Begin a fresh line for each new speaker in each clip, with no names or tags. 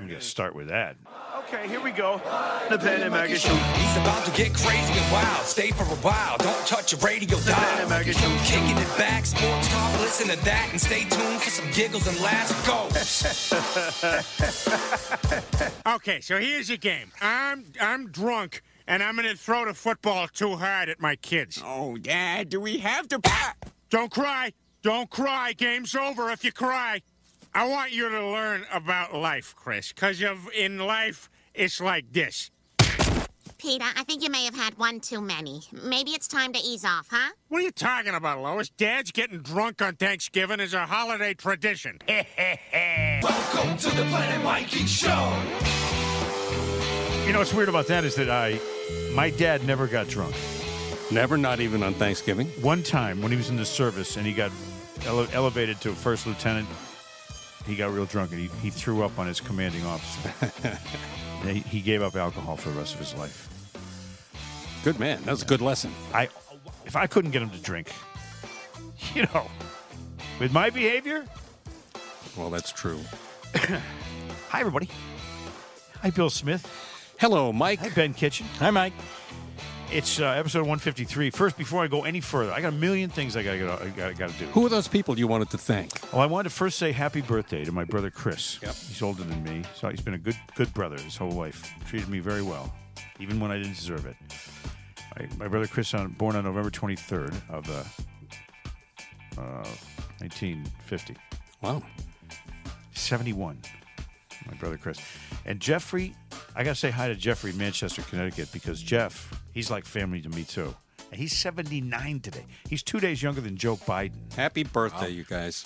I'm going to start with that.
Okay, here we go. The Pan Am Mega Show.
He's about to get crazy and wild. Stay for a while. Don't touch your radio dial.
Mega Show.
Kicking it back, sports talk. Listen to that and stay tuned for some giggles and laughs. Go.
Okay, so here's your game. I'm I'm drunk and I'm gonna throw the football too hard at my kids.
Oh, Dad, do we have to?
Don't cry. Don't cry. Game's over if you cry. I want you to learn about life, Chris, because in life it's like this.
Peter, I think you may have had one too many. Maybe it's time to ease off, huh?
What are you talking about, Lois? Dad's getting drunk on Thanksgiving is a holiday tradition.
Welcome to the Planet Mikey Show.
You know what's weird about that is that I, my dad never got drunk.
Never, not even on Thanksgiving.
One time when he was in the service and he got ele- elevated to first lieutenant, he got real drunk and he, he threw up on his commanding officer. And he, he gave up alcohol for the rest of his life.
Good man. That was a good lesson.
I, if I couldn't get him to drink, you know, with my behavior,
Well, that's true.
hi everybody, hi Bill Smith,
Hello, Mike.
hi Ben Kitchen,
Hi, Mike.
It's uh, episode 153. First, before I go any further, I got a million things I got to gotta, gotta do.
Who are those people you wanted to thank?
Well, I wanted to first say happy birthday to my brother Chris.
Yep.
He's older than me, so he's been a good good brother his whole life. Treated me very well, even when I didn't deserve it. I, my brother Chris, on, born on November 23rd of uh, uh, 1950.
Wow.
71. My brother Chris. And Jeffrey, I got to say hi to Jeffrey, in Manchester, Connecticut, because Jeff, he's like family to me too. And he's 79 today. He's two days younger than Joe Biden.
Happy birthday, you guys.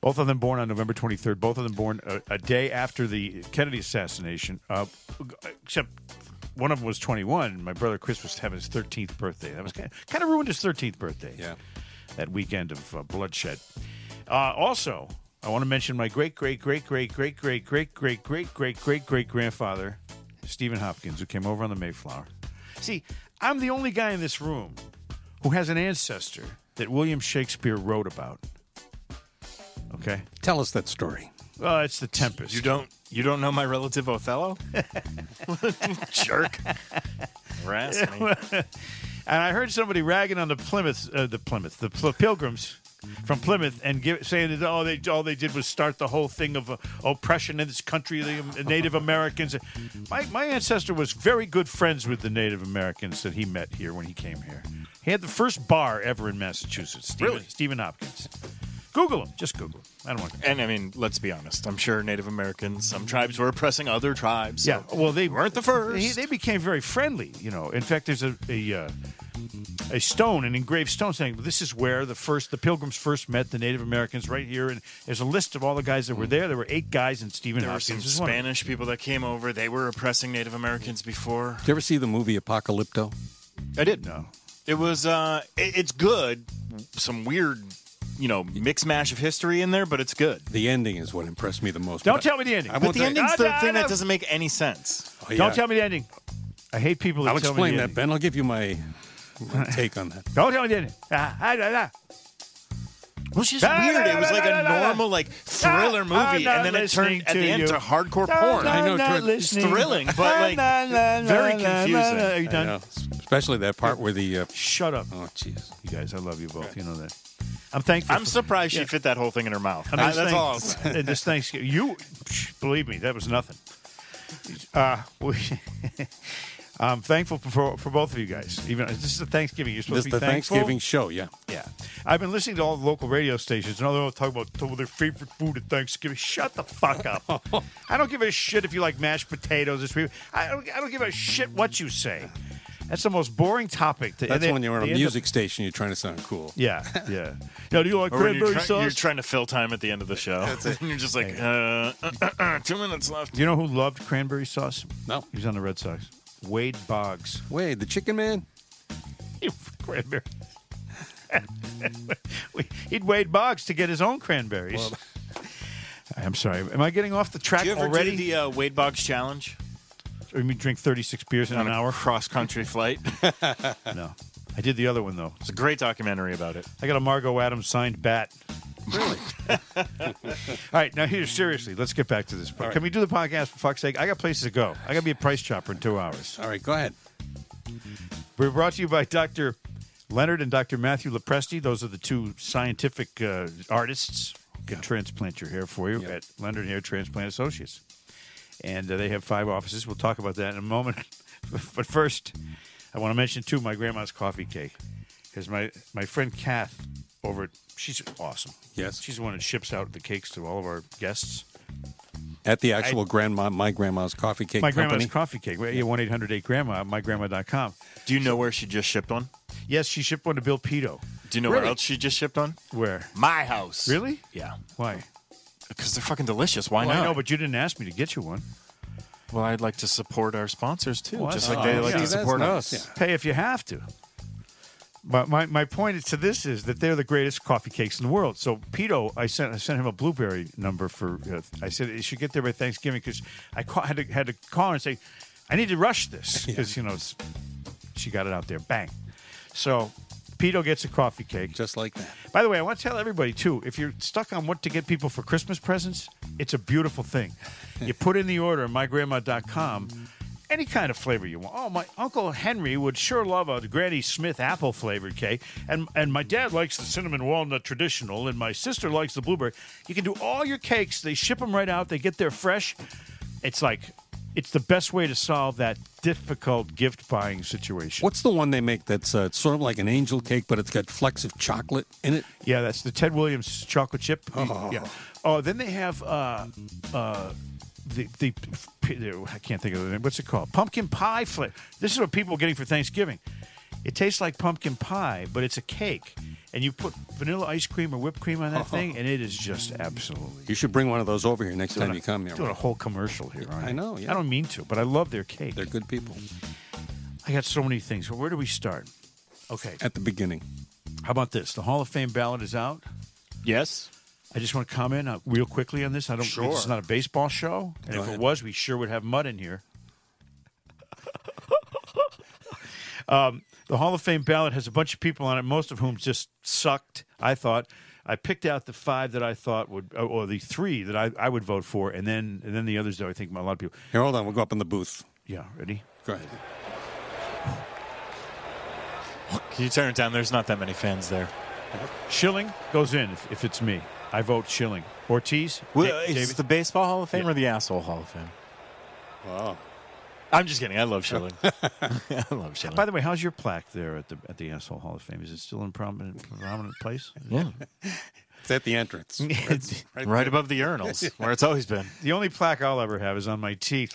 Both of them born on November 23rd. Both of them born a, a day after the Kennedy assassination. Uh, except one of them was 21. My brother Chris was having his 13th birthday. That was kind of, kind of ruined his 13th birthday.
Yeah.
That weekend of uh, bloodshed. Uh, also, I want to mention my great great great great great great great great great great great great grandfather, Stephen Hopkins, who came over on the Mayflower. See, I'm the only guy in this room who has an ancestor that William Shakespeare wrote about. Okay.
Tell us that story.
Well, Oh, it's the Tempest.
You don't you don't know my relative Othello? Jerk. Harass me.
And I heard somebody ragging on the Plymouth, uh, the Plymouth, the Pl- Pilgrims from Plymouth, and give, saying that all they all they did was start the whole thing of uh, oppression in this country, the um, Native Americans. My my ancestor was very good friends with the Native Americans that he met here when he came here. He had the first bar ever in Massachusetts. Stephen,
Really?
Stephen Hopkins. Google him. Just Google him. I don't want. to.
And I mean, let's be honest. I'm sure Native Americans, some tribes were oppressing other tribes. so
Yeah, well, they
weren't the first.
They, they became very friendly, you know. In fact, there's a a, uh, a stone, an engraved stone, saying this is where the first the Pilgrims first met the Native Americans, right here. And there's a list of all the guys that were there. There were eight guys, and Stephen
Mm. there were some
Hopkins was one of them.
Spanish people that came over. They were oppressing Native Americans before.
Did you ever see the movie Apocalypto?
I did
No.
It was uh it, it's good. Some weird, you know, mix mash of history in there, but it's good.
The ending is what impressed me the most.
Don't
but-
tell me the ending.
I
But
won't
the
tell-
ending's
Ah,
the
no,
thing
no.
that doesn't make any sense.
Oh, yeah.
Don't tell me the ending. I hate people. That
I'll
tell
explain
me the
that,
ending.
Ben. I'll give you my, my take on that.
Don't tell me the ending. Ah, ah, ah, ah.
It was just
No, no,
weird.
no,
It was
no,
like
no,
a
no, no.
normal, like thriller
I'm
movie,
not
and then it
listening
turned at
to
the end
you.
to hardcore
No,
porn.
no,
I know,
not
it's
listening.
thrilling, but,
Ah,
like,
na, na,
very
na, na,
confusing.
na, na. Are you
I
done?
know. Especially that part where the. Uh,
Shut up,
oh, jeez.
you guys. I love you both. You know that. I'm thankful.
I'm
for-
surprised she fit that whole thing in her mouth.
I mean,
Uh, that's
thank-
all. I'll say.
and this Thanksgiving, you psh, believe me, that was nothing. Uh, we, I'm thankful for, for both of you guys. Even this is the Thanksgiving. You're supposed
This
to
is
be
the
thankful.
Thanksgiving show, yeah.
Yeah, I've been listening to all the local radio stations, and all they all talk about t- their favorite food at Thanksgiving. Shut the fuck up! I don't give a shit if you like mashed potatoes this week. I don't, I don't give a shit what you say. That's the most boring topic. To,
That's
they-
when you're on a
they end up-
music station, you're trying to sound cool.
yeah, yeah. Now, do you like
Or when
cranberry
you're, try-
sauce?
you're trying to fill time at the end of the show. and you're just like, uh, uh, uh, uh, two minutes left.
Do you know who loved cranberry sauce?
No.
He was on the Red Sox. Wade Boggs.
Wait, the chicken man?
cranberry. He'd Wade Boggs to get his own cranberries. I'm sorry. Am I getting off the track
Do you ever
already?
do the uh, Wade Boggs challenge
or you mean drink 36 beers in
on
an hour?
cross country flight?
No. I did the other one, though.
It's a great documentary about it.
I got a Margot Adams signed bat. Really? All right, now here, seriously, let's get back to this. part. Can we do the podcast for fuck's sake? I got places to go. I got to be a price chopper in two hours.
All right, go ahead.
We're brought to you by Dr. Leonard and Dr. Matthew Lepresti. Those are the two scientific uh, artists who can transplant your hair for you
Yep.
at Leonard Hair Transplant Associates. And uh, they have five offices. We'll talk about that in a moment. but first, I want to mention, too, my grandma's coffee cake. Because my, my friend Kath over at, she's awesome.
Yes.
She's the one that ships out the cakes to all of our guests.
At the actual grandma, my grandma's coffee cake
my
company.
grandma's coffee cake. Yeah, 1 800 8 grandma, mygrandma.com.
Do you know where she just shipped on?
Yes, she shipped one to Bill Pito.
Do you know
Really?
where else she just shipped on?
Where?
My house.
Really?
Yeah.
Why?
Because they're fucking delicious. Why
Well,
not?
I know, but you didn't ask me to get you one.
well, I'd like to support our sponsors too,
Well,
just
that's
like they
nice.
like
Yeah,
to
Oh, that's
support
nice.
us.
Yeah.
Hey, if you have to. But my, my point is- to this is that they're the greatest coffee cakes in the world. So Pito, I sent I sent him a blueberry number for. Uh, I said it should get there by Thanksgiving because I ca- had to had to call her and say I need to rush this because you know it's, she got it out there. Bang. So Pito gets a coffee cake.
Just like that.
By the way, I want to tell everybody too, if you're stuck on what to get people for Christmas presents, it's a beautiful thing. you put in the order on mygrandma.com any kind of flavor you want. Oh, my Uncle Henry would sure love a Granny Smith apple flavored cake. And and my dad likes the cinnamon walnut traditional, and my sister likes the blueberry. You can do all your cakes, they ship them right out, they get there fresh. It's like it's the best way to solve that difficult gift buying situation.
What's the one they make that's uh, sort of like an angel cake, but it's got flecks of chocolate in it?
Yeah, that's the Ted Williams chocolate chip.
Oh.
Yeah. Oh, then they have uh, uh, the, the the I can't think of the name. What's it called? Pumpkin pie flavor. This is what people are getting for Thanksgiving. It tastes like pumpkin pie, but it's a cake, and you put vanilla ice cream or whipped cream on that thing, and it is just absolutely.
You should bring one of those over here next time you come here.
Doing a whole commercial here, aren't
I know, yeah.
I don't mean to, but I love their cake.
They're good people.
I got so many things. Well, where do we start? Okay,
At the beginning,
how about this? The Hall of Fame ballot is out.
Yes.
I just want to comment uh, real quickly on this. I don't. Sure. It's not a baseball show, and if
ahead.
it was, we sure would have mud in here. um, the Hall of Fame ballot has a bunch of people on it, most of whom just sucked. I thought I picked out the five that I thought would, uh, or- or the three that I, I would vote for, and then and then the others that I think a lot of people.
here, hold on. We'll go up in the booth.
Yeah, ready?
Go ahead.
Can you turn it down? There's not that many fans there.
Schilling goes in if, if it's me. I vote Schilling. Ortiz. Da-
Well, is
David-
it the Baseball Hall of Fame or the Asshole Hall of Fame?
Wow.
I'm just kidding. I love Schilling. I love Schilling.
By the way, how's your plaque there at the at the asshole Hall of Fame? Is it still in prominent prominent place?
yeah.
It's at the entrance.
It's-
Right, above the urinals, where it's always been.
the only plaque I'll ever have is on my teeth.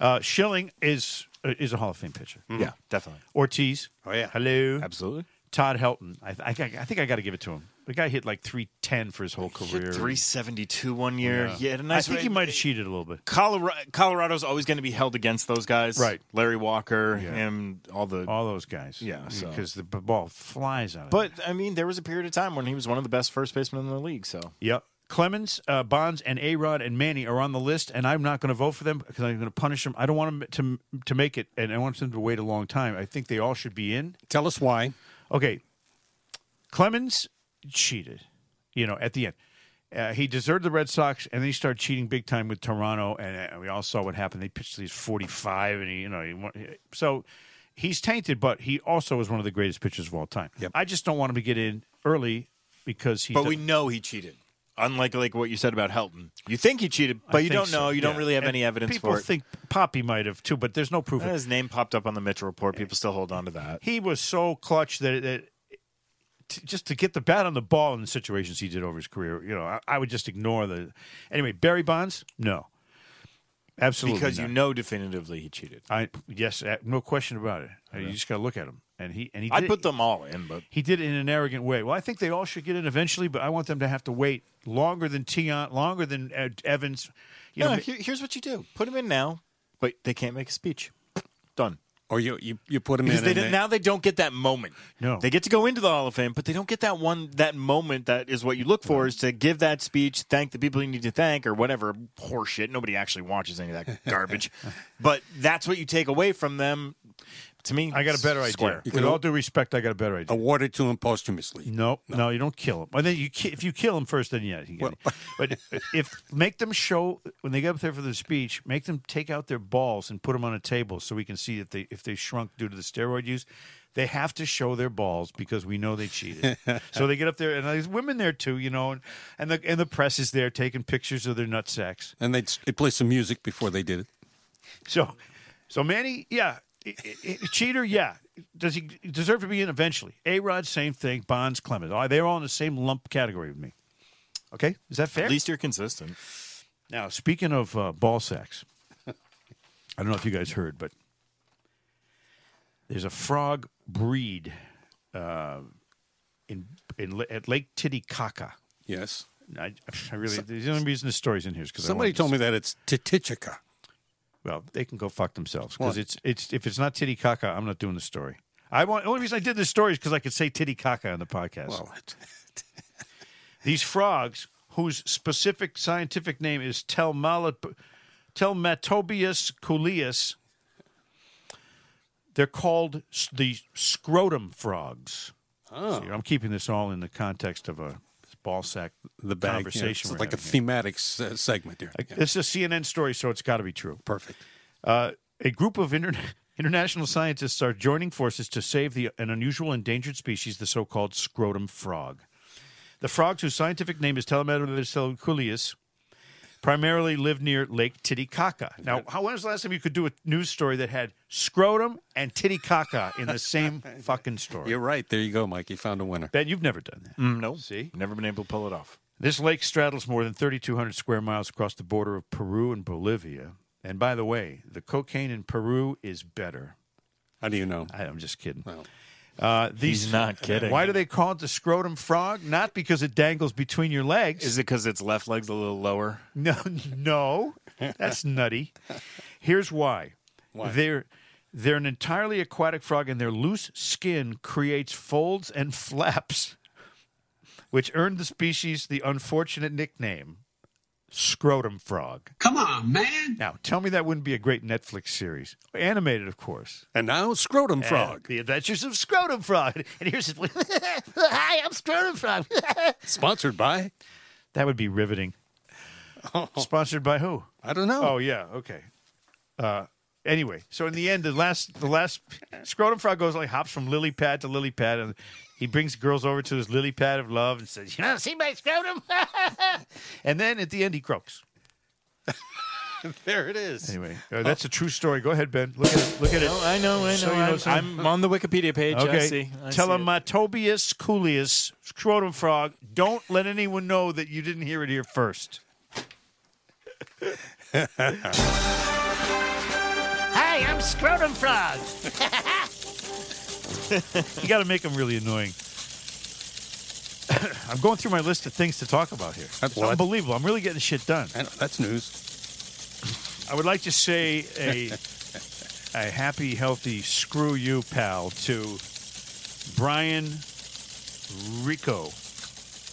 uh, Schilling is uh, is a Hall of Fame pitcher.
Yeah, definitely.
Ortiz.
Oh, yeah.
Hello.
Absolutely.
Todd Helton. I, I, I think I got to give it to him. The guy hit like three ten for his whole career.
372 one year. Yeah,
Yeah. I think he might have cheated a little bit.
Colorado, Colorado's always going to be held against those guys,
Right.
Larry Walker
Yeah.
and all the.
All those guys.
Yeah, so-
Because the b- ball flies out. of
but I mean, there was a period of time when he was one of the best first basemen in the league. So
Yep. Clemens, uh, Bonds, and Arod and Manny are on the list, and I'm not going to vote for them because I'm going to punish them. I don't want them to to make it, and I want them to wait a long time. I think they all should be in.
Tell us why.
Okay, Clemens cheated, you know, at the end. Uh, he deserted the Red Sox, and then he started cheating big time with Toronto, and uh, we all saw what happened. They pitched these 45, and he, you know, he won- so he's tainted, but he also is one of the greatest pitchers of all time.
Yep.
I just don't want him to get in early because he.
But we
doesn't-
know he cheated. Unlike like what you said about Helton, you think he cheated,
I
but you
think
don't know.
so,
You don't
yeah.
really have
And
any evidence
people
for it.
think Poppy might have too, but there's no proof. of it.
His name popped up on the Mitchell report. People still hold on to that.
He was so clutch that, that t- just to get the bat on the ball in the situations he did over his career, you know, I, I would just ignore the. Anyway, Barry Bonds, no, absolutely
Because
not.
you know definitively he cheated.
I yes, uh, no question about it. Uh, You just got to look at him, and he and he.
I'd
did-
put them all in, but
He did it in an arrogant way. Well, I think they all should get in eventually, but I want them to have to wait longer than Tion, longer than uh, Evans. You
no,
know,
here- here's what you do: put him in now, but they can't make a speech. Done.
Or you you, you put them
Because
in.
they
and
didn't, now they don't get that moment.
No.
they get to go into the Hall of Fame, but they don't get that one that moment that is what you look for is to give that speech, thank the people you need to thank, or whatever horseshit. Nobody actually watches any of that garbage, but that's what you take away from them. to me,
I got a better idea.
square.
With all due respect, I got a better idea.
Awarded to him posthumously.
Nope, no, you don't kill them. Well, then you ki- if you kill them first, then yeah, you get it. but if make them show when they get up there for the speech, make them take out their balls and put them on a table so we can see if they if they shrunk due to the steroid use. They have to show their balls because we know they cheated. so they get up there, and there's women there too, you know, and, and the and the press is there taking pictures of their nut sacks.
And they'd, s- they'd play some music before they did it.
So, so Manny, yeah, I- I- I- cheater, yeah. Does he deserve to be in eventually? A Rod, same thing. Bonds, Clemens, All right, they're all in the same lump category with me. Okay, is that fair?
At least you're consistent.
now, speaking of uh, ball sacks, I don't know if you guys heard, but there's a frog breed uh, in in at Lake Titicaca.
Yes.
I, I really the only reason the story's in here is because
Somebody told me that it's Titicaca.
Well, they can go fuck themselves because
What?
it's it's if it's not titty caca, I'm not doing the story. I want only reason I did this story is because I could say titty caca on the podcast.
Oh,
Well,
These frogs, whose specific scientific name is Telmalip- Telmatobius culeus, they're called s- the scrotum frogs. Oh. I'm keeping this all in the context of a ball sack
the bag. yeah,
conversation.
it's
we're
like a
having here.
thematic s- uh, segment here. Yeah,
This is a CNN story, so it's got to be true.
perfect.
Uh, a group of interna international scientists are joining forces to save the, an unusual endangered species, the so called scrotum frog. The frogs, whose scientific name is Telemediceliculius, primarily live near Lake Titicaca. Now, how, when was the last time you could do a news story that had scrotum and Titicaca in the same fucking story?
You're right. There you go, Mike. You found a winner.
Ben, you've never done that.
No,
See?
never been able to pull it off.
This lake straddles more than 3,200 square miles across the border of Peru and Bolivia. And by the way, the cocaine in Peru is better.
How do you know?
I, I'm just kidding.
Well,
Uh, these,
He's not kidding.
Why do they call it the scrotum frog? Not because it dangles between your legs.
Is it because its left leg's a little lower?
no, no, that's nutty. Here's why. They're they're an entirely aquatic frog, and their loose skin creates folds and flaps, which earned the species the unfortunate nickname scrotum frog. Come on, man! Now, tell me that wouldn't be a great Netflix series, animated, of course.
and now Scrotum
And
Frog,
The Adventures of Scrotum Frog. And here's his. Hi, I'm Scrotum Frog.
sponsored by
that would be riveting. Sponsored by who?
I don't know.
Oh yeah, okay. Uh, anyway, so in the end, the last the last Scrotum Frog goes like hops from lily pad to lily pad, and he brings girls over to his lily pad of love and says, "You know, see my scrotum." and then at the end, he croaks.
there it is.
Anyway, uh, that's a true story. Go ahead, Ben. Look at it. Look at it.
No, I know, I know.
So you know
I'm,
some-
I'm on the Wikipedia page. I see. I see it.
Telematobius culeus, uh, scrotum frog. Don't let anyone know that you didn't hear it here first. Hi, I'm scrotum frog. you got to make them really annoying. I'm going through my list of things to talk about here.
That's
It's
what-
unbelievable. I'm really getting shit done.
I know, that's news.
I would like to say a a happy, healthy screw you, pal, to Brian Rico.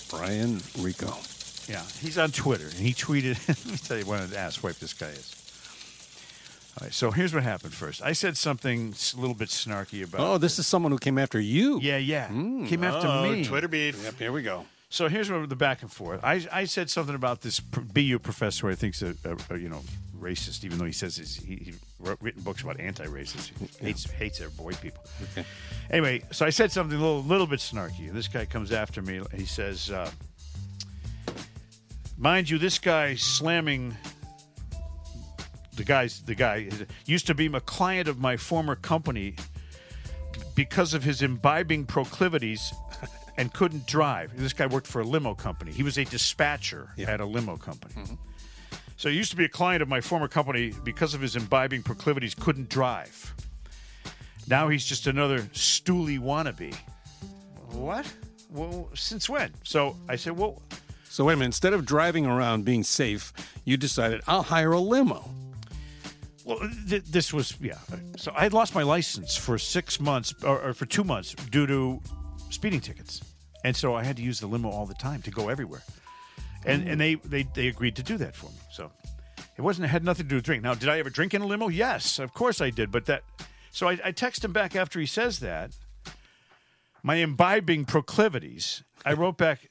Brian Rico.
Yeah, he's on Twitter, and he tweeted. let me tell you what an asswipe this guy is. All right, so here's what happened first. I said something s- a little bit snarky about.
Oh, this is someone who came after you.
yeah, yeah, came after
oh, uh,
me.
beef.
Yep, here we go.
So here's where the back and forth. I, I said something about this pr- BU professor who I think's a, a, a you know racist, even though he says he's, he, he wrote written books about anti-racist. He hates hates their boy people. Anyway, so I said something a little little bit snarky. This guy comes after me. and He says, uh, "Mind you, this guy slamming." The guy's the guy used to be a client of my former company because of his imbibing proclivities and couldn't drive. This guy worked for a limo company. He was a dispatcher at a limo company. So he used to be a client of my former company because of his imbibing proclivities, couldn't drive. Now he's just another stoolie wannabe. What? Well, since when? So I said, well,
So wait a minute. Instead of driving around being safe, you decided I'll hire a limo.
Well, th- this was yeah. So I had lost my license for six months or, or for two months due to speeding tickets, and so I had to use the limo all the time to go everywhere. And and they they, they agreed to do that for me. So it wasn't it had nothing to do with drink. Now, did I ever drink in a limo? Yes, of course I did. But that So I, I text him back after he says that. My imbibing proclivities. I wrote back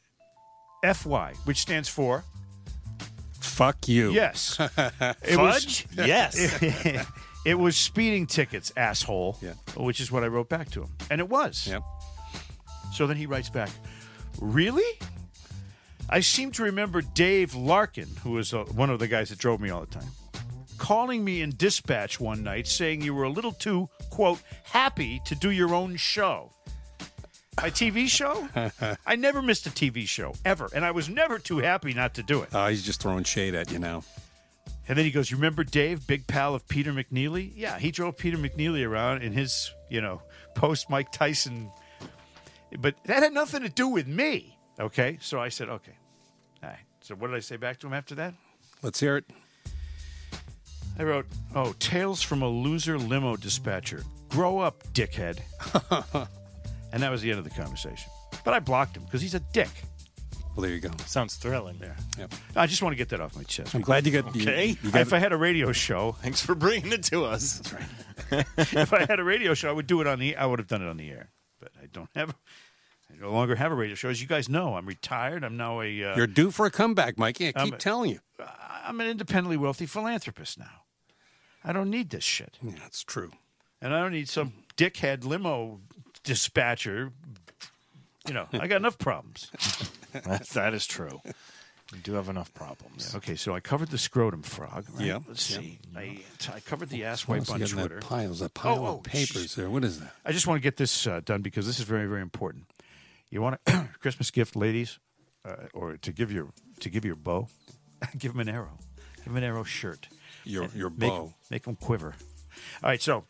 FY, which stands for
Fuck you.
yes. It was-
Fudge? yes.
it was speeding tickets, asshole.
Yeah.
Which is what I wrote back to him. And it was.
Yep.
So then he writes back, Really? I seem to remember Dave Larkin, who was uh, one of the guys that drove me all the time, calling me in dispatch one night saying you were a little too, quote, happy to do your own show. My TV show? I never missed a TV show, ever. And I was never too happy not to do it.
Oh, he's just throwing shade at you now.
And then he goes, "You Remember Dave, big pal of Peter McNeely? Yeah, he drove Peter McNeely around in his, you know, post Mike Tyson. But that had nothing to do with me. Okay. So I said, Okay. All right. So what did I say back to him after that?
Let's hear it.
I wrote, Oh, Tales from a Loser Limo Dispatcher. Grow up, dickhead. and that was the end of the conversation. But I blocked him because he's a dick.
Well, there you go.
Sounds thrilling. Yeah.
Yep.
I just want to get that off my chest.
I'm glad you got. you-
Okay.
you got
If I had a radio show,
Thanks for bringing it to us. That's right.
if I had a radio show, I would do it on the. I would have done it on the air, but I don't have. I no longer have a radio show. As you guys know, I'm retired. I'm now a. Uh,
You're due for a comeback, Mikey. I keep
Um,
telling you.
I'm an independently wealthy philanthropist now. I don't need this shit,
Yeah, that's true.
and I don't need some dickhead limo dispatcher. You know, I got enough problems.
that is true. We do have enough problems.
Okay, so I covered the scrotum frog. Right?
Yeah.
Let's
Yeah.
see. I, I covered the ass wipe
What else
on
you got in
Twitter.
That pile, There's a pile
Oh, oh,
of papers there. What is that?
I just want to get this uh, done because this is very, very important. You want a Christmas gift, ladies, uh, or to give your to give your beau, give him an arrow, give him an arrow shirt.
Your your
Make 'em-
bow.
make him quiver. All right, so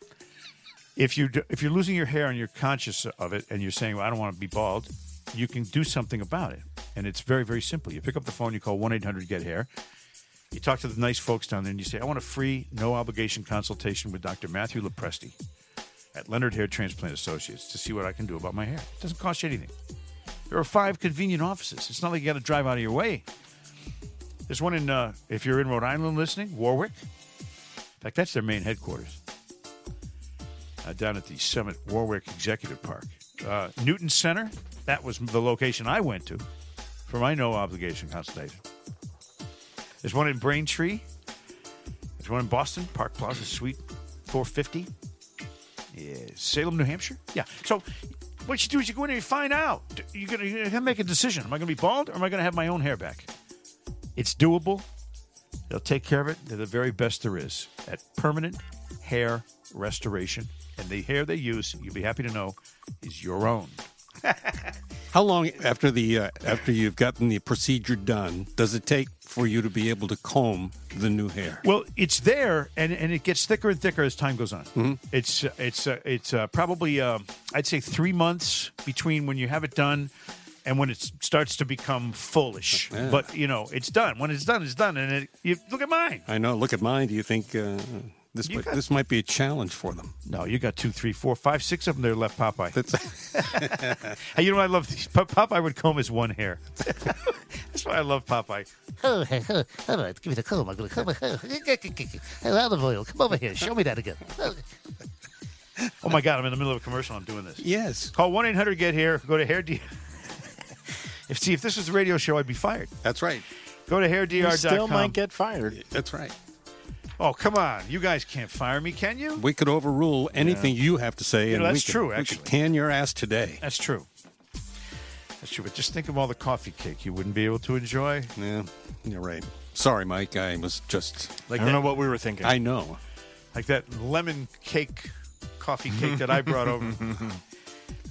if you do, if you're losing your hair and you're conscious of it and you're saying, "Well, I don't want to be bald," you can do something about it, and it's very, very simple. You pick up the phone, you call one eight hundred Get Hair. You talk to the nice folks down there, and you say, "I want a free, no obligation consultation with Dr. Matthew Lepresti." at Leonard Hair Transplant Associates to see what I can do about my hair. It doesn't cost you anything. There are five convenient offices. It's not like you got to drive out of your way. There's one in, uh, if you're in Rhode Island listening, Warwick. In fact, that's their main headquarters uh, down at the Summit Warwick Executive Park. Uh, Newton Center, that was the location I went to for my no obligation consultation. There's one in Braintree. There's one in Boston, Park Plaza Suite 450. Salem, New Hampshire. Yeah. So what you do is you go in and you find out. You're gonna, you're gonna make a decision. Am I gonna be bald or am I gonna have my own hair back? It's doable. They'll take care of it. They're the very best there is at permanent hair restoration. And the hair they use, you'll be happy to know, is your own.
How long after the uh, after you've gotten the procedure done does it take for you to be able to comb the new hair?
Well, it's there, and, and it gets thicker and thicker as time goes on. It's uh, it's uh, it's uh, probably um I'd say three months between when you have it done and when it s- starts to become fullish. But you know, it's done. When it's done, it's done. And it, you look at mine.
I know. Look at mine. Do you think uh, this
You
might,
got-
this might be a challenge for them?
No, you got two, three, four, five, six of them there left, Popeye.
That's
Hey, you know what I love? Pop- Popeye would comb his one hair. That's why I love Popeye.
Oh, hey, oh, all right, give me the comb. I'm going to comb my hair. Oh, olive oil, come over here. Show me that again. Oh.
Oh my God, I'm in the middle of a commercial. I'm doing this.
yes.
Call one eight hundred get here. Go to hair. D- if see if this was a radio show, I'd be fired.
That's right.
Go to hairdr.com.
Still might get fired.
That's right.
oh, come on. You guys can't fire me, can you?
We could overrule anything you have to
You
say.
know,
and we
that's
could-
true,
we could
actually.
can your ass today.
That's true. That's true. But just think of all the coffee cake you wouldn't be able to enjoy.
Yeah, you're right. Sorry, Mike. I was just.
Like
I don't
that,
know what we were thinking.
I know.
like that lemon cake, coffee cake that I brought over.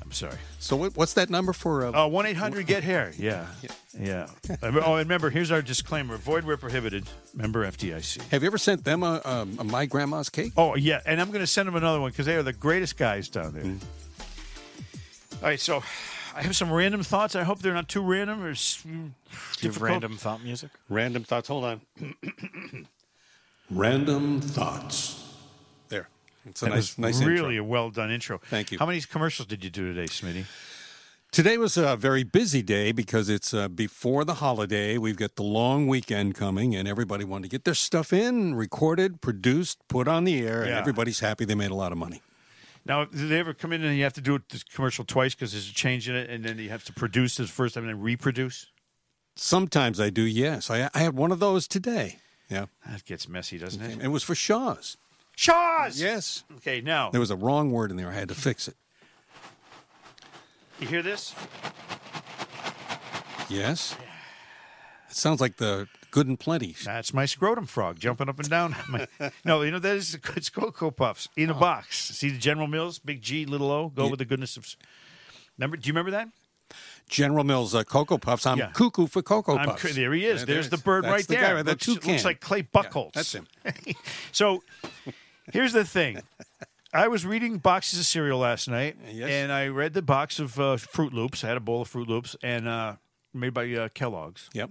I'm sorry.
So what, what's that number for? Uh,
Uh, 1 800 Get Hair. Yeah. Yeah. oh, and remember, here's our disclaimer avoid where prohibited. Member FDIC.
Have you ever sent them a, um, a my grandma's cake?
Oh yeah, and I'm going to send them another one because they are the greatest guys down there.
Mm-hmm.
All right, so I have some random thoughts. I hope they're not too random or s- difficult.
Random thought music.
Random thoughts. Hold on. Random thoughts. There. It's a
That
nice,
was
nice intro.
really a well done intro.
Thank you.
How many commercials did you do today, Smitty?
Today was a very busy day because it's uh, before the holiday. We've got the long weekend coming, and everybody wanted to get their stuff in, recorded, produced, put on the air, and
Yeah.
everybody's happy they made a lot of money.
Now, did they ever come in and you have to do it this commercial twice because there's a change in it, and then you have to produce this first time and then reproduce?
Sometimes I do, yes. I, I had one of those today. Yeah.
That gets messy, doesn't it?
It was for Shaw's.
Shaws.
Yes.
Okay, now
There was a wrong word in there. I had to fix it.
you hear this?
Yes. It sounds like the good and plenty.
That's my scrotum frog jumping up and down. My- no, you know that is it's Cocoa Puffs in
Oh.
a box. See the General Mills, big G, little O. Go
Yeah.
with the goodness of. Remember? Do you remember that?
General Mills uh, Cocoa Puffs. I'm
Yeah.
cuckoo for Cocoa
I'm
Puffs.
cr- there he is.
There-
There's
it
the
is.
bird
That's
right
the guy
there.
with the
looks,
toucan.
looks like Clay
Yeah,
Buckholz.
that's him.
so here's the thing. I was reading boxes of cereal last night,
Yes.
and I read the box of uh, Fruit Loops. I had a bowl of Fruit Loops, and uh, made by uh, Kellogg's,
Yep.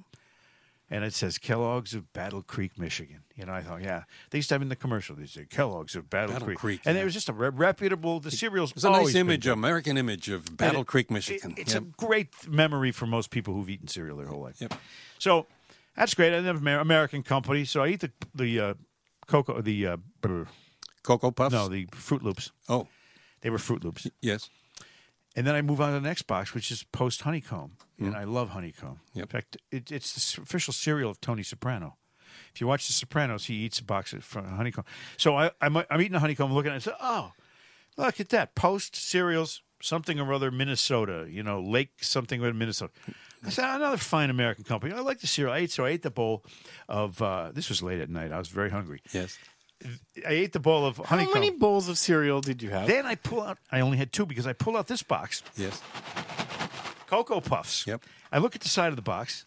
and it says Kellogg's of Battle Creek, Michigan. You know, I thought, yeah, they used to have in the commercial. They said Kellogg's of Battle,
Battle
Creek,
Creek,
and
yeah.
it was just a re- reputable. The cereals.
It's a
always
nice
been
image, American image of Battle
it-
Creek, Michigan.
it- it's
Yep.
a great memory for most people who've eaten cereal their whole life.
Yep.
So that's great. I'm an Amer- American company, so I eat the the uh, cocoa, the uh, brr,
Cocoa Puffs.
no, the Fruit Loops.
oh,
They were Fruit Loops,
yes.
and then I move on to the next box, which is post honeycomb, and I love honeycomb.
Yep.
In fact, it, it's the s- official cereal of Tony Soprano. If you watch The Sopranos, he eats a box of fr- honeycomb. So I, I'm, I'm eating a honeycomb, looking at it, and say, oh, look at that post cereals, something or other, Minnesota. You know, Lake something with Minnesota. I said another fine American company. I like the cereal. I ate so I ate the bowl of uh, this was late at night. I was very hungry.
Yes.
I ate the bowl of honeycomb.
How many bowls of cereal did you have?
then I pull out. I only had two because I pull out this box,
Yes.
Cocoa Puffs.
Yep.
I look at the side of the box.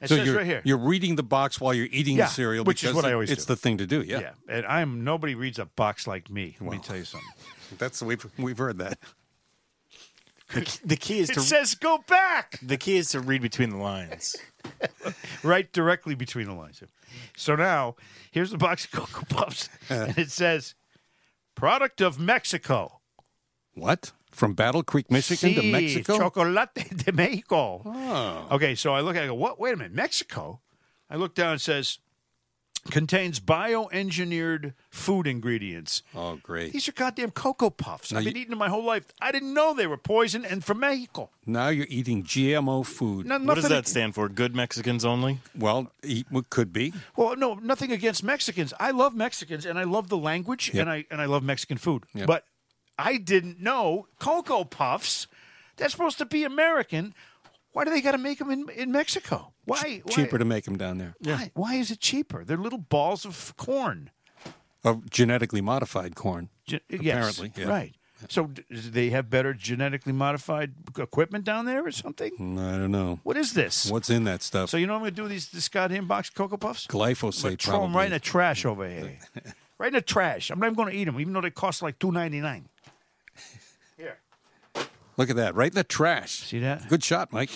It
so
says
you're
right here.
you're reading the box while you're eating
Yeah,
the cereal,
which is
because
what I
it-
always
It's
do.
the thing to do. Yeah.
yeah, and I'm nobody reads a box like me. Let me tell you something.
That's we've we've heard that.
The key is
It
to
says go back.
the key is to read between the lines.
right directly between the lines. So now, here's the box of Cocoa Puffs, and it says, "Product of Mexico,
What? From Battle Creek, Michigan to
Sí,
Mexico? Oh.
Chocolate de Mexico." Okay, so I look at, it, I go, "What? Wait a minute, Mexico?" I look down, it says, "Contains bioengineered food ingredients."
oh, great.
These are goddamn Cocoa Puffs.
Now
I've
you-
been eating them my whole life. I didn't know they were poison and from Mexico.
Now you're eating GMO food.
No,
What does
nothing-
that stand for? Good Mexicans only.
Well, eat what could be.
Well, no, nothing against Mexicans. I love Mexicans and I love the language and I and I love Mexican food.
Yep.
But I didn't know Cocoa Puffs. They're supposed to be American. Why do they got to make them in, in Mexico? Why why-
Cheaper to make them down there.
Why, why is it cheaper? They're little balls of corn.
Of genetically modified corn.
Ge- yes,
Apparently, yeah.
right. So d- do they have better genetically modified equipment down there or something?
Mm, I don't know.
What is this?
What's in that stuff?
So you know what I'm going to do with these this goddamn box of Cocoa Puffs? I'm
Glyphosate
gonna throw them
probably.
right in the trash over here. right in the trash. I'm not even going to eat them, even though they cost like two ninety nine.
Look at that. Right in the trash.
See that?
Good shot, Mike.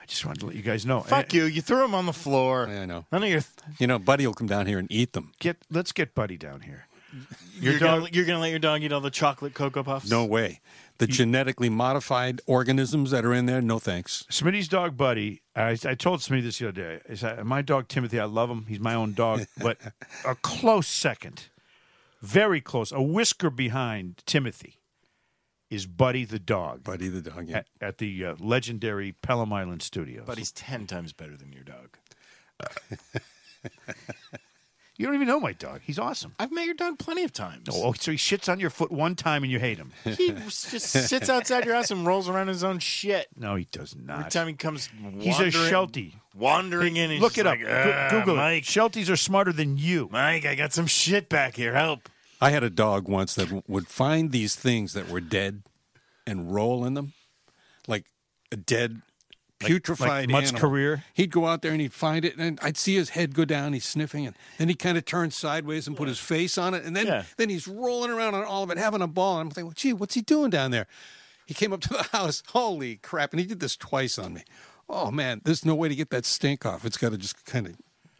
I just wanted to let you guys know. Eh,
Fuck you! You threw them on the floor.
Yeah, I know.
None of your.
You know, Buddy will come down here and eat them.
Get let's get Buddy down here.
You're, gonna, you're gonna let your dog eat all the chocolate cocoa puffs?
No way. The genetically modified organisms that are in there, no thanks.
Smitty's dog Buddy. I, I told Smitty this the other day. I said, my dog Timothy. I love him. He's my own dog, but a close second, very close, a whisker behind Timothy, is Buddy the dog
Buddy the dog. Yeah.
at, at the uh, legendary Pelham Island Studios.
But he's ten times better than your dog.
you don't even know my dog. He's awesome.
I've met your dog plenty of times.
Oh, so he shits on your foot one time and you hate him.
He just sits outside your house and rolls around his own shit.
No, he does not.
Every time he comes,
he's a
wandering-
Sheltie.
Wandering in, he's
Look
just
it up.
like,
Go-
"Ah,
Google
Mike,
it. Shelties are smarter than you.
Mike, I got some shit back here. Help!
I had a dog once that w- would find these things that were dead and roll in them, like a dead, putrefied
Mutt's
animal.
career?
He'd go out there and he'd find it, and I'd see his head go down. He's sniffing, and then he kind of turns sideways and put his face on it, and then
Yeah.
then he's rolling around on all of it, having a ball. And I'm thinking, well, gee, what's he doing down there? He came up to the house. Holy crap! And he did this twice on me. Oh man, there's no way to get that stink off. It's got to just kind of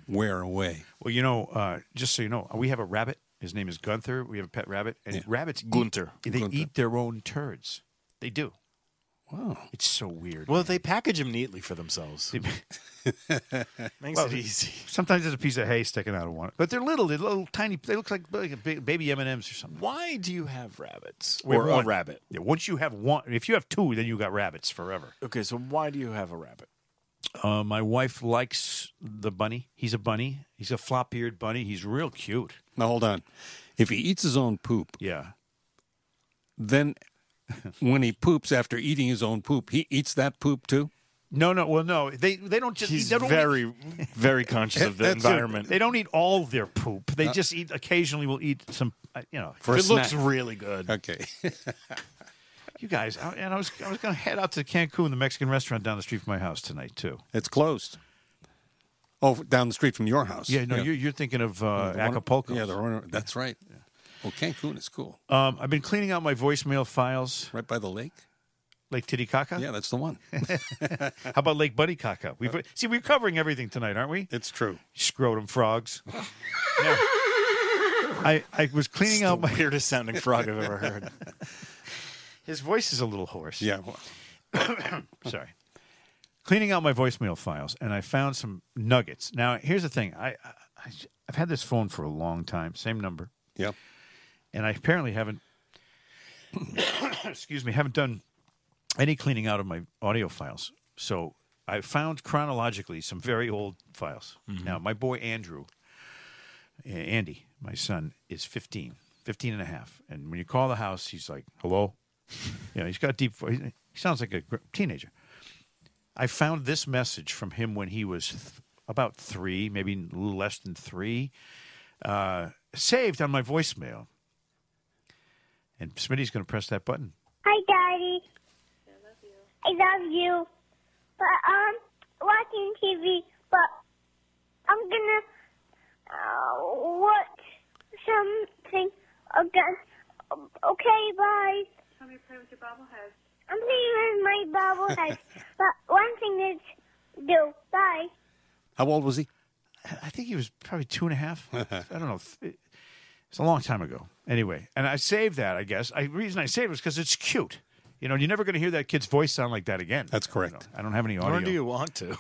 wear away.
Well, you know, uh, just so you know, we have a rabbit. His name is Gunther. We have a pet rabbit, and rabbits eat-
Gunther.
They eat their own turds. They do. It's so weird.
Well, they package them neatly for themselves. Makes
Well,
it easy.
Sometimes there's a piece of hay sticking out of one, but they're little. They're little tiny. They look like, like a big, baby M and M's or something.
Why do you have rabbits
We have
or a
one.
rabbit?
Yeah, once you have one, if you have two, then you got rabbits forever.
Okay, so why do you have a rabbit?
Uh, my wife likes the bunny. He's a bunny. He's a flop-eared bunny. He's real cute.
Now hold on. If he eats his own poop,
Yeah.
then when he poops after eating his own poop, he eats that poop too.
No, no. Well, no. They they don't just.
He's
they don't
very, very conscious of the
That's it.
environment.
They don't eat all their poop. They just eat occasionally. Will eat some. uh, You know,
For a
it looks
snack.
really good.
Okay.
you guys. I, and I was I was going to head out to Cancun, the Mexican restaurant down the street from my house tonight too.
it's closed. Oh, down the street from your house.
Yeah, no, You're, you're thinking of uh,
The one-
Acapulco.
Yeah, Uh, the one- that's right. Well, Cancun is cool.
um, I've been cleaning out my voicemail files.
Right by the lake.
Lake Titicaca.
Yeah, that's the one.
How about Lake Buddy Caca? We've see we're covering everything tonight, aren't we?
it's true.
Scrotum frogs. No. I I was cleaning out my.
Weirdest sounding frog I've ever heard.
His voice is a little hoarse.
Yeah. well,
sorry. Cleaning out my voicemail files, and I found some nuggets. Now, here's the thing: I, I I've had this phone for a long time, same number,
Yeah.
and I apparently haven't. excuse me, haven't done any cleaning out of my audio files. So I found chronologically some very old files. Now, my boy Andrew, uh, Andy, my son, is 15, 15 and a half. And when you call the house, he's like, hello. you know, he's got deep voice. He sounds like a gr- teenager. I found this message from him when he was th- about three, maybe a little less than three, uh, saved on my voicemail. And Smitty's going to press that button.
Hi, Daddy. I love you. But um, watching TV. But I'm gonna uh, watch something again. Okay, bye.
How many play with your bobblehead?
I'm playing with my bobblehead. but one thing is, do bye.
How old was he?
I think he was probably two and a half. I don't know. Th- It's a long time ago. Anyway, and I saved that. I guess I, the reason I saved it was because it's cute. You know, you're never going to hear that kid's voice sound like that again.
That's correct.
You know, I don't have any audio.
Nor do you want to.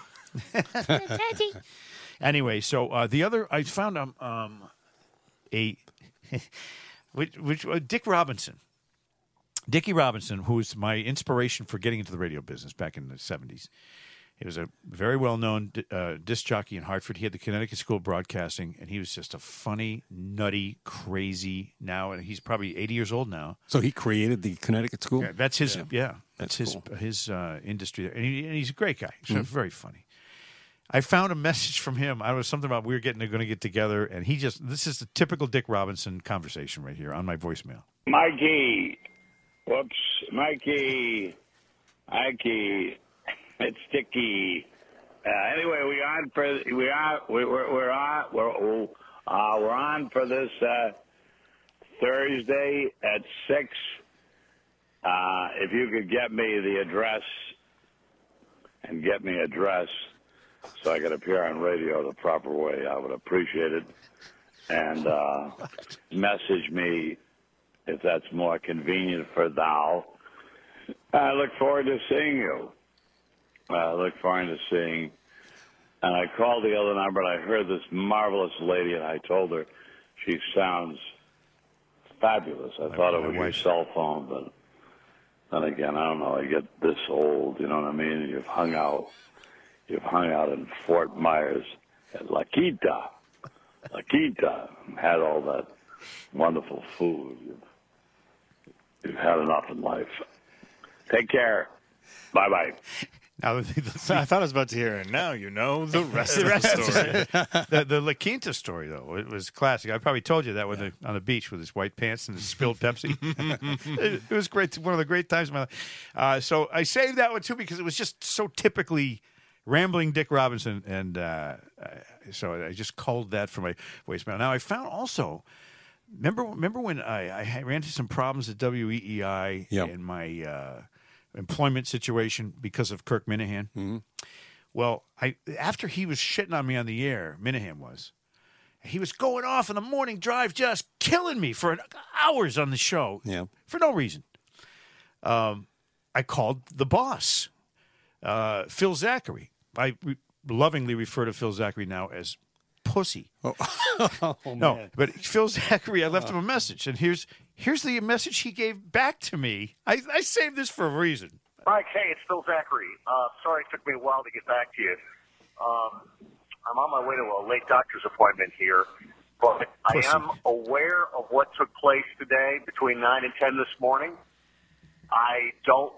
Anyway, so uh, the other I found um, um a which which uh, Dick Robinson, Dickie Robinson, who was my inspiration for getting into the radio business back in the seventies. He was a very well known uh, disc jockey in Hartford. He had the Connecticut School of Broadcasting, and he was just a funny, nutty, crazy. Now, and he's probably eighty years old now.
So he created the Connecticut school.
Yeah, that's his. Yeah, that's,
That's
his
cool. Mm-hmm.
his uh, industry, and, he, and he's a great guy. So very funny. I found a message from him. I was something about we were getting going to get together, and he just this is the typical Dick Robinson conversation right here on my voicemail.
Mikey. Whoops. Mikey. Mikey. It's Dicky. Uh, anyway, we on for we are we, we're we're on we're uh, we're on for this uh, Thursday at six. Uh, if you could get me the address and get me a dress so I could appear on radio the proper way, I would appreciate it. And uh, message me if that's more convenient for thou. I look forward to seeing you. I look forward to seeing. And I called the other number, and I heard this marvelous lady, and I told her she sounds fabulous. I thought it
my
was your
wife-
cell phone, but then again, I don't know. I get this old, you know what I mean? You've hung out, you've hung out in Fort Myers at La Quinta, La Quinta, and had all that wonderful food. You've, you've had enough in life. Take care. Bye bye.
Now the,
I thought I was about to hear it. Now you know the rest of the
rest of
story.
the, the La Quinta story though it was classic. I probably told you that when the, on the beach with his white pants and his spilled Pepsi. it, it was great, one of the great times of my life. Uh, so I saved that one too because it was just so typically rambling Dick Robinson, and uh, I- so I just called that for my voicemail. Now I found also. Remember, remember when I, I had- ran into some problems at WEEI
Yeah.
in my uh, employment situation because of Kirk Minahan. Well, I after he was shitting on me on the air, Minahan was. He was going off in the morning drive, just killing me for an, hours on the show
Yeah.
for no reason. Um, I called the boss, uh, Phil Zachary. I re- lovingly refer to Phil Zachary now as Pussy. no,
man.
but Phil Zachary, I left him a message, and here's here's the message he gave back to me. I, I saved this for a reason.
Mike, hey, it's Phil Zachary. Uh, sorry it took me a while to get back to you. Um, I'm on my way to a late doctor's appointment here, but I am aware of what took place today between 9 and 10 this morning. I don't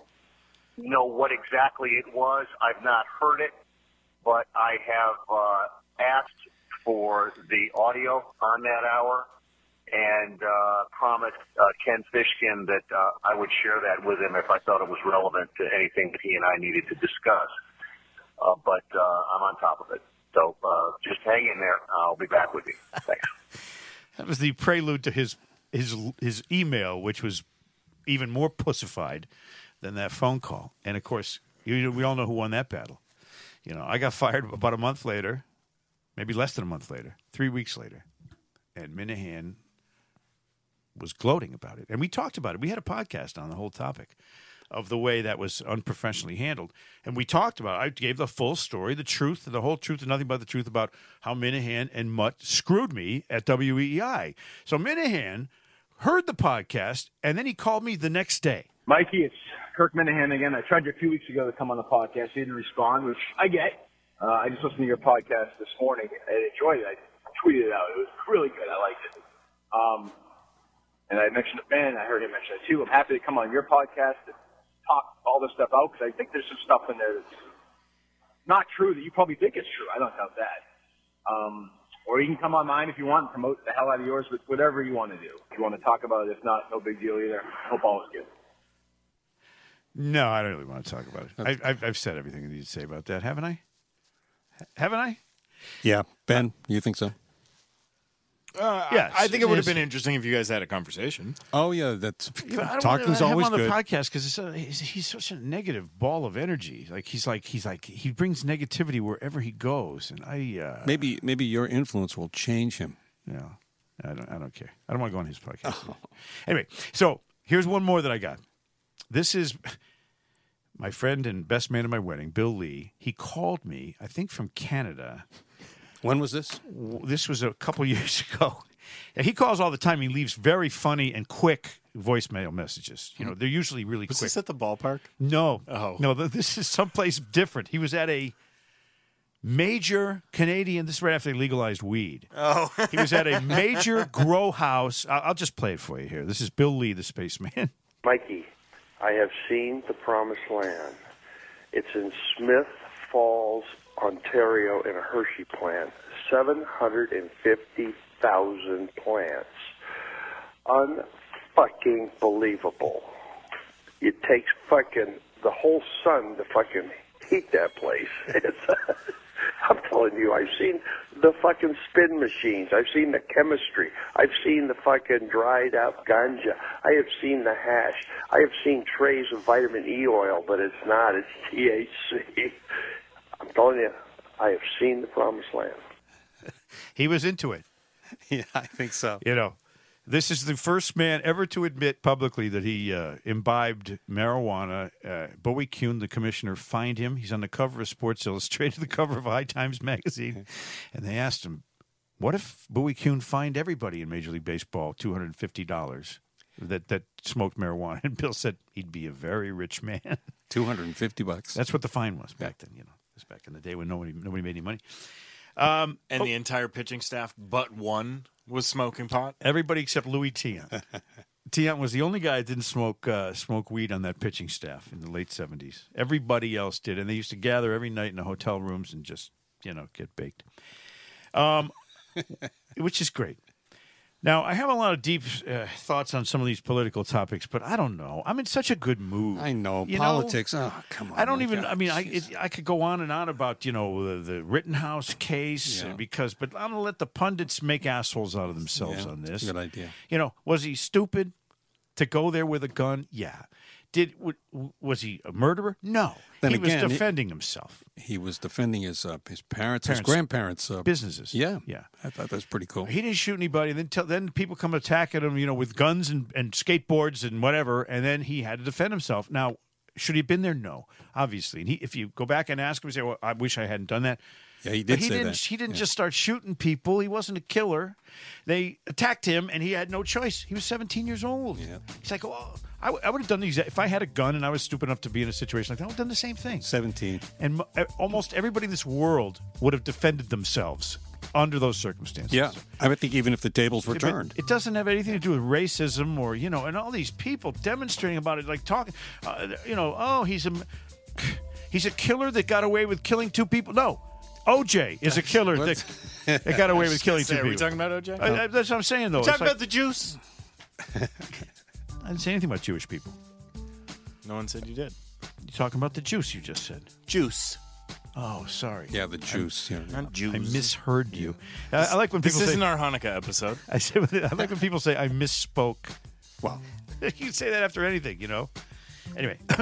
know what exactly it was. I've not heard it, but I have uh, asked for the audio on that hour and uh, promised uh, Ken Fishkin that uh, I would share that with him if I thought it was relevant to anything that he and I needed to discuss. Uh, but uh, I'm on top of it. So uh, just hang in there. I'll be back with you. Thanks.
That was the prelude to his his his email, which was even more pussified than that phone call. And of course, you, we all know who won that battle. You know, I got fired about a month later, maybe less than a month later, three weeks later, and Minahan was gloating about it. And we talked about it. We had a podcast on the whole topic of the way that was unprofessionally handled. And we talked about it. I gave the full story, the truth, the whole truth, and nothing but the truth about how Minahan and Mutt screwed me at WEEI. So Minahan heard the podcast, and then he called me the next day.
Mikey, it's Kirk Minahan again. I tried you a few weeks ago to come on the podcast. You didn't respond, which I get. Uh, I just listened to your podcast this morning and enjoyed it. I tweeted it out. It was really good. I liked it. Um, and I mentioned it, Ben. I heard him mention it too. I'm happy to come on your podcast and talk all this stuff out because I think there's some stuff in there that's not true that you probably think is true. I don't doubt that. Um, or you can come on mine if you want and promote the hell out of yours, but whatever you want to do. If you want to talk about it, if not, no big deal either. Hope all is good.
No, I don't really want to talk about it. I, I've, I've said everything I need to say about that, haven't I? H- Haven't I?
Yeah, Ben, you think so?
Uh,
Yes.
I, I think it would have
Yes.
been interesting if you guys had a conversation.
Oh yeah, that's
I don't wanna
talking's
have
always
him on
good.
the podcast because he's, he's such a negative ball of energy. Like he's like he's like he brings negativity wherever he goes, and I uh,
maybe maybe your influence will change him.
Yeah, I don't I don't care. I don't want to go on his podcast.
Oh.
Anyway, so here's one more that I got. This is my friend and best man at my wedding, Bill Lee. He called me, I think from Canada.
When was this?
This was a couple years ago. And he calls all the time. He leaves very funny and quick voicemail messages. You know, they're usually really
Was
quick.
this at the ballpark?
No.
Oh.
No, th- this is someplace different. He was at a major Canadian, this is right after they legalized weed.
Oh.
He was at a major grow house. I- I'll just play it for you here. This is Bill Lee, the spaceman.
Mikey, I have seen the promised land. It's in Smith Falls, Ontario, in a Hershey plant. 750,000 plants. Unfucking believable. It takes fucking the whole sun to fucking heat that place. It's, I'm telling you, I've seen the fucking spin machines. I've seen the chemistry. I've seen the fucking dried out ganja. I have seen the hash. I have seen trays of vitamin E oil, but it's not. It's THC. I'm telling you, I have seen the promised land.
He was into it.
Yeah, I think so.
You know, this is the first man ever to admit publicly that he uh, imbibed marijuana. Uh, Bowie Kuhn, the commissioner, fined him. He's on the cover of Sports Illustrated, the cover of High Times magazine, and they asked him, "What if Bowie Kuhn fined everybody in Major League Baseball two hundred and fifty dollars that that smoked marijuana?" And Bill said he'd be a very rich man.
Two hundred and fifty bucks.
That's what the fine was back then. You know, it was back in the day when nobody nobody made any money. Um,
and the entire pitching staff, but one, was smoking pot.
Everybody except Louis Tiant. Tiant was the only guy that didn't smoke uh, smoke weed on that pitching staff in the late seventies. Everybody else did, and they used to gather every night in the hotel rooms and just you know get baked, um, which is great. Now I have a lot of deep uh, thoughts on some of these political topics, but I don't know. I'm in such a good mood. I know
politics. Oh, come on,
I don't
my
even.
God.
I mean, I it, I could go on and on about you know the, the Rittenhouse case uh,
Yeah.
because, but I'm gonna let the pundits make assholes out of themselves
Yeah,
on
that's
this.
a good idea.
You know, was he stupid to go there with a gun? Yeah. Did w- w- was he a murderer? No.
Then
he
again,
was
he-
defending himself.
He was defending his uh, his parents, his
Parents.
grandparents' uh,
Businesses.
Yeah,
Yeah.
I thought that's pretty cool.
He didn't shoot anybody. And then tell then people come attacking him, you know, with guns and, and skateboards and whatever. And then he had to defend himself. Now, Should he have been there? No, obviously. And he, if you go back and ask him, say, "Well, I wish I hadn't done that."
Yeah, he
But
did
he
say
didn't.
that.
He didn't
Yeah.
just start shooting people. He wasn't a killer. They attacked him, and he had no choice. He was 17 years old. He's like, "Oh, I, would have done these if I had a gun and I was stupid enough to be in a situation like that. I would have done the same thing."
17.
And mo- eh, almost everybody in this world would have defended themselves under those circumstances.
Yeah, I would think even if the tables were
Yeah, but
turned.
It doesn't have anything to do with racism or you know, and all these people demonstrating about it, like talking, uh, you know, oh, he's a he's a killer that got away with killing two people. No, OJ is a killer that, that got away with killing two
Say,
people.
are we talking about OJ?
Uh, uh, that's what I'm saying, though.
We're
It's
talking
like-
about the juice.
I didn't say anything about Jewish people.
No one said you did.
You're talking about the juice you just said.
Juice.
Oh, sorry.
Yeah, the juice. Yeah.
I, I misheard you. I, I like when
this
people say.
isn't our Hanukkah episode.
I, say, I like when people say I misspoke. Well, you can say that after anything, you know. Anyway,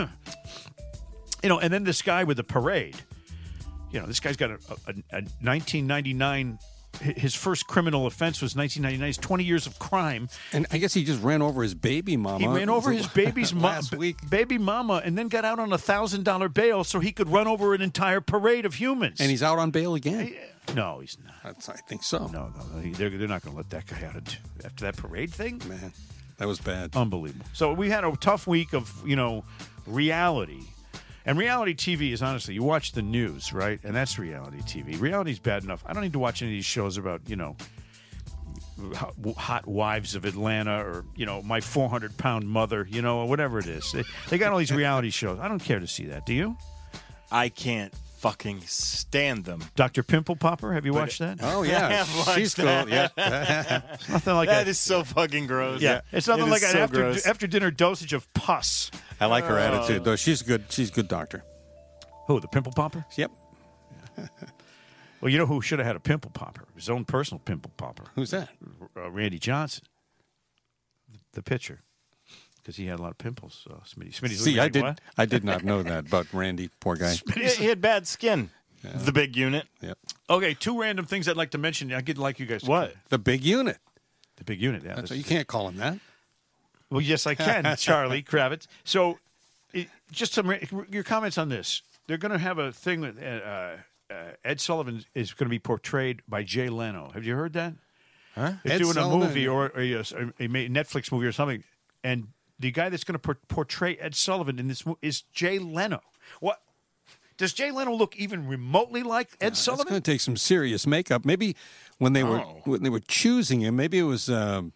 you know, and then this guy with the parade. You know, this guy's got a, a, a 1999. hi- His first criminal offense was 1999. He's 20 years of crime.
And I guess he just ran over his baby mama.
He ran over his baby's mom,
Last
baby mama, and then got out on a thousand dollar bail so he could run over an entire parade of humans.
And he's out on bail again.
no, he's not.
That's, I think
No,
so.
no, no, he- they're, they're not going to let that guy out of- after that parade thing.
Man, that was bad.
Unbelievable. So we had a tough week of you know reality, and reality TV is honestly you watch the news right, and that's reality TV. Reality's bad enough. I don't need to watch any of these shows about you know hot, hot wives of Atlanta or you know my 400 pound mother, you know or whatever it is. They, they got all these reality shows. I don't care to see that. Do you?
I can't fucking stand them.
Dr. Pimple Popper, have you watched that?
Oh, yeah.
I have watched
She's
that.
cool, yeah.
It's nothing like
that
a-
is so fucking gross.
Yeah, it's nothing
It
like
is
an
so
after,
gross.
after dinner dosage of pus.
I like her
Oh.
attitude though. She's good. She's a good doctor.
Who the pimple popper?
Yep.
Well, you know who should have had a pimple popper? His own personal pimple popper.
Who's that?
Uh, Randy Johnson, the pitcher, because he had a lot of pimples. So Smitty, Smitty's
See,
looking
I
like,
did.
"What?"
I did not know that about Randy. Poor guy.
He, he had bad skin. The big unit.
Yep.
Okay, two random things I'd like to mention. I'd like you guys. What?
The big unit.
The big unit. Yeah,
That's
this
what, you
is-
can't call him that.
Well, yes, I can, Charlie Kravitz. So, it, just some your comments on this. They're going to have a thing that uh, uh, Ed Sullivan is going to be portrayed by Jay Leno. Have you heard that?
Huh?
They're
Ed
doing
Sullivan.
a movie or, or yes, a, a ma- Netflix movie or something, and the guy that's going to por- portray Ed Sullivan in this movie is Jay Leno. What does Jay Leno look even remotely like Ed
It's
Sullivan?
going to take some serious makeup. Maybe when they were
Oh.
when they were choosing him, maybe it was. Um,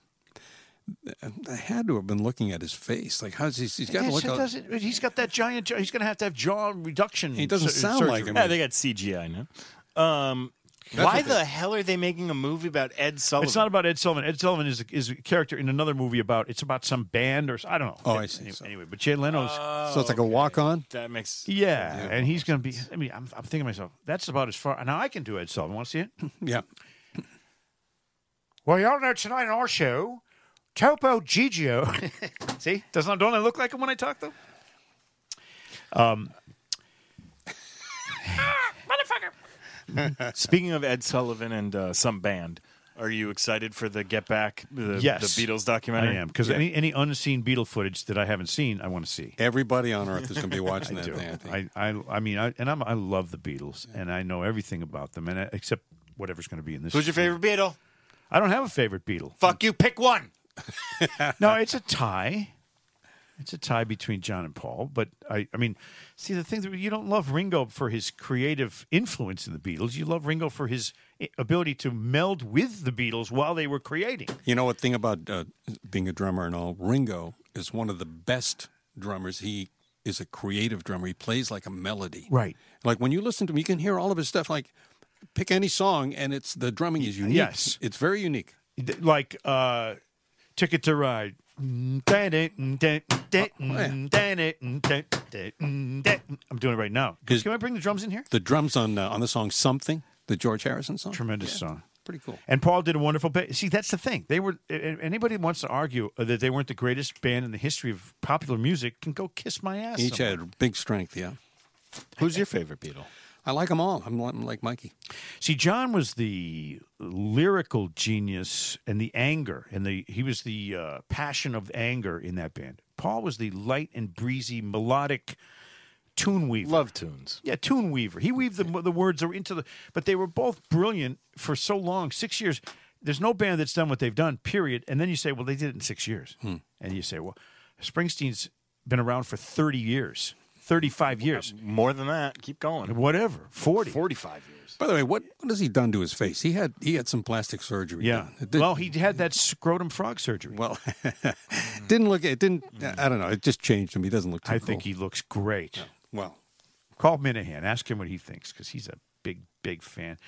I had to have been looking at his face. Like, how's he? He's got
Yes,
to look.
it
all-
doesn't- he's got that giant jaw. He's going to have to have jaw reduction.
He doesn't
sur-
sound
surgery.
like him.
Yeah, they got CGI now. Um,
That's
why
what
the hell are they making a movie about Ed Sullivan?
It's not about Ed Sullivan. Ed Sullivan is is a character in another movie about it's about some band or s- I don't know.
Oh, I see.
Anyway, but Jay Leno's
so it's like a walk on.
that makes
yeah, and he's going to be. I mean, I'm, I'm thinking to myself that's about as far. Now I can do Ed Sullivan. Want to see it?
Yeah.
Well, y'all know tonight on our show, Topo Gigio. see, doesn't don't I look like him when I talk though? Um,
Speaking of Ed Sullivan and uh, some band, are you excited for the Get Back, the,
yes,
the Beatles documentary?
I am because
Yeah.
any any unseen Beatle footage that I haven't seen, I want to see.
Everybody on Earth is going to be watching
I
that
do.
thing. I think.
I, I, I mean, I, and I'm, I love the Beatles, and I know everything about them, and I, except whatever's going to be in this.
Who's your favorite Beatle?
I don't have a favorite Beatle.
Fuck you, pick one.
no, it's a tie. It's a tie between John and Paul, but I, I mean, see the thing that you don't love Ringo for his creative influence in the Beatles. You love Ringo for his i- ability to meld with the Beatles while they were creating.
You know what thing about uh, being a drummer and all? Ringo is one of the best drummers. He is a creative drummer. He plays like a melody.
Right.
Like when you listen to him, you can hear all of his stuff. Like pick any song, and it's the drumming is unique.
Yes.
it's very unique.
Th- Like uh, Ticket to Ride. I'm doing it right now. Can can I bring the drums in here?
The drums on uh, on the song "Something," the George Harrison song,
Tremendous song.
pretty cool.
And Paul did a wonderful. Ba- See, that's the thing. They were. a- a- Anybody wants to argue that they weren't the greatest band in the history of popular music can go kiss my ass.
Each
somewhere.
had big strength. Yeah.
Who's your favorite Beatle?
I like them all. I'm, li- I'm like Mikey.
See, John was the lyrical genius and the anger and the he was the uh, passion of anger in that band. Paul was the light and breezy, melodic tune weaver.
Love tunes.
Yeah, tune weaver. He weaved the, the words are into the, but they were both brilliant for so long, six years. There's no band that's done what they've done, period. And then you say, well, they did it in six years. And you say, well, Springsteen's been around for 30 years, 35 years.
More than that. Keep going.
Whatever. 40.
45 years.
By the way, what, what has he done to his face? He had he had some plastic surgery.
Yeah. well, he had that scrotum frog surgery.
Well, didn't look. It didn't. I don't know. It just changed him. He doesn't look. Too
Mm. I think he looks great.
Well,
call Minahan. Ask him what he thinks because he's a big, big fan.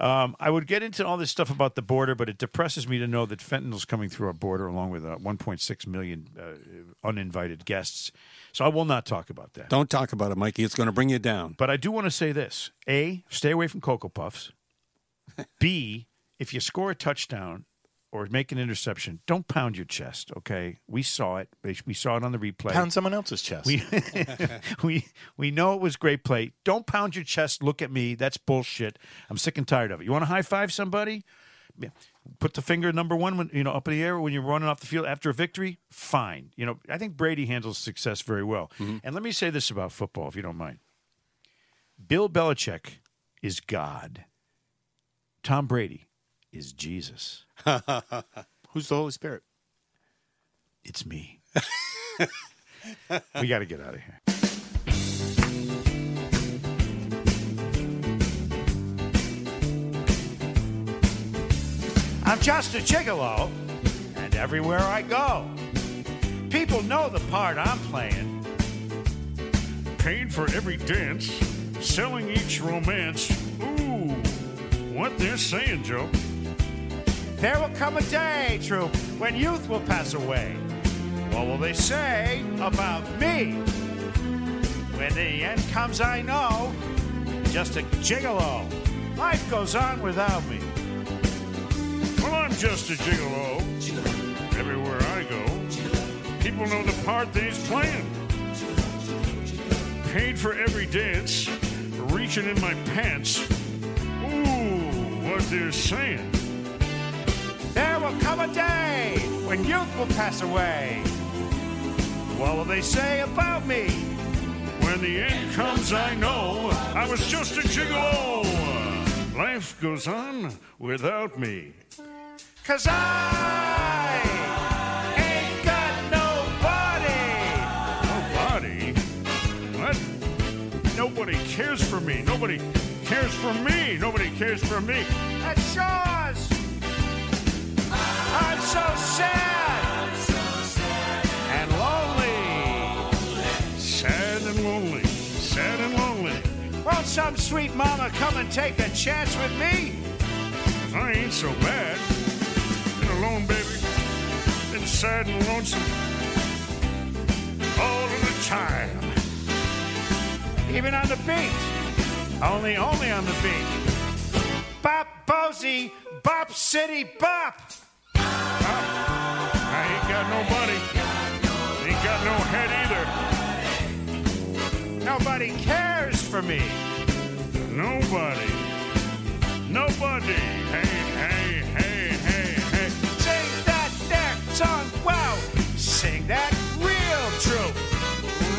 Um, I would get into all this stuff about the border, but it depresses me to know that fentanyl's coming through our border along with uh, 1.6 million uh, uninvited guests. So I will not talk about that.
Don't talk about it, Mikey. It's going to bring you down.
But I do want to say this: A, stay away from Cocoa Puffs. B, if you score a touchdown or make an interception, don't pound your chest. Okay, we saw it. We- We saw it on the replay.
Pound someone else's chest.
We we we know it was great play. Don't pound your chest. Look at me. That's bullshit. I'm sick and tired of it. You want to high five somebody? Yeah. Put the finger number one when you know up in the air when you're running off the field after a victory. Fine. You know I think Brady handles success very well. And let me say this about football, if you don't mind. Bill Belichick is God. Tom Brady is Jesus.
Who's the Holy Spirit?
It's me. we got to get out of here. I'm just a gigolo, and everywhere I go, people know the part I'm playing. Paid for every dance, selling each romance. Ooh, what they're saying, Joe. There will come a day, troop, when youth will pass away. What will they say about me? When the end comes, I know, just a gigolo. Life goes on without me. Well, I'm just a gigolo. Everywhere I go, people know the part that he's playing. Paid for every dance, reaching in my pants. Ooh, what they're saying. There will come a day when youth will pass away. What will they say about me? When the end comes, I know I was just a gigolo. Life goes on without me. Cause I ain't got nobody. Nobody? What? Nobody cares for me. Nobody cares for me. Nobody cares for me. That's yours. I'm so sad. And lonely. Sad and lonely. Sad and lonely. Won't some sweet mama come and take a chance with me? I ain't so bad. Been alone, baby. Been sad and lonesome. All of the time. Even on the beat. Only, only on the beat. Bop Bozy, Bop City Bop. I ain't got nobody. Ain't got no head either. Nobody cares for me. Nobody. Nobody. Hey, hey, hey, hey, hey. Sing that that song. Wow. Sing that real true.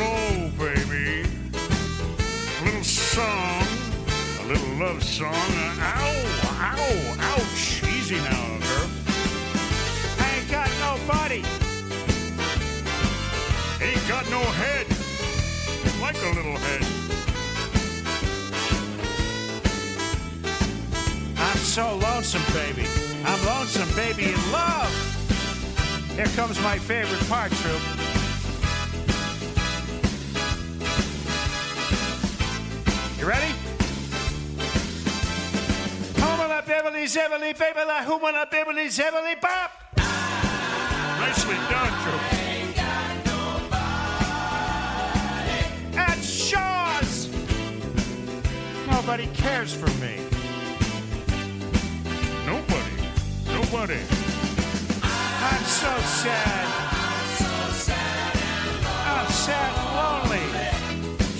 Low, baby. A little song. A little love song. Ow, ow, ouch. Easy now, girl. I ain't got nobody. Ain't got no head. Like a little head. I'm so lonesome, baby. I'm lonesome, baby, in love. Here comes my favorite part, troop. You ready? Home la Beverly Zeverly, baby la huma la Beverly Zeverly bop. Nicely done, Drew. At Shaw's. Nobody cares for me. Nobody. Nobody. I'm so sad. I'm sad and lonely.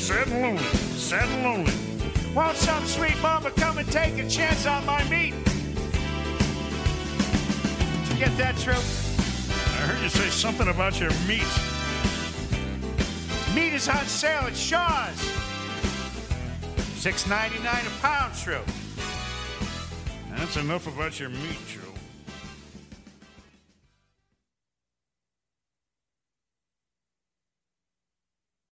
Sad and lonely. Sad and lonely. Won't some sweet mama come and take a chance on my meat? Did you get that, Troop? I heard you say something about your meat. Meat is on sale at Shaw's. $6.99 a pound, Shrew. That's enough about your meat, Shrew.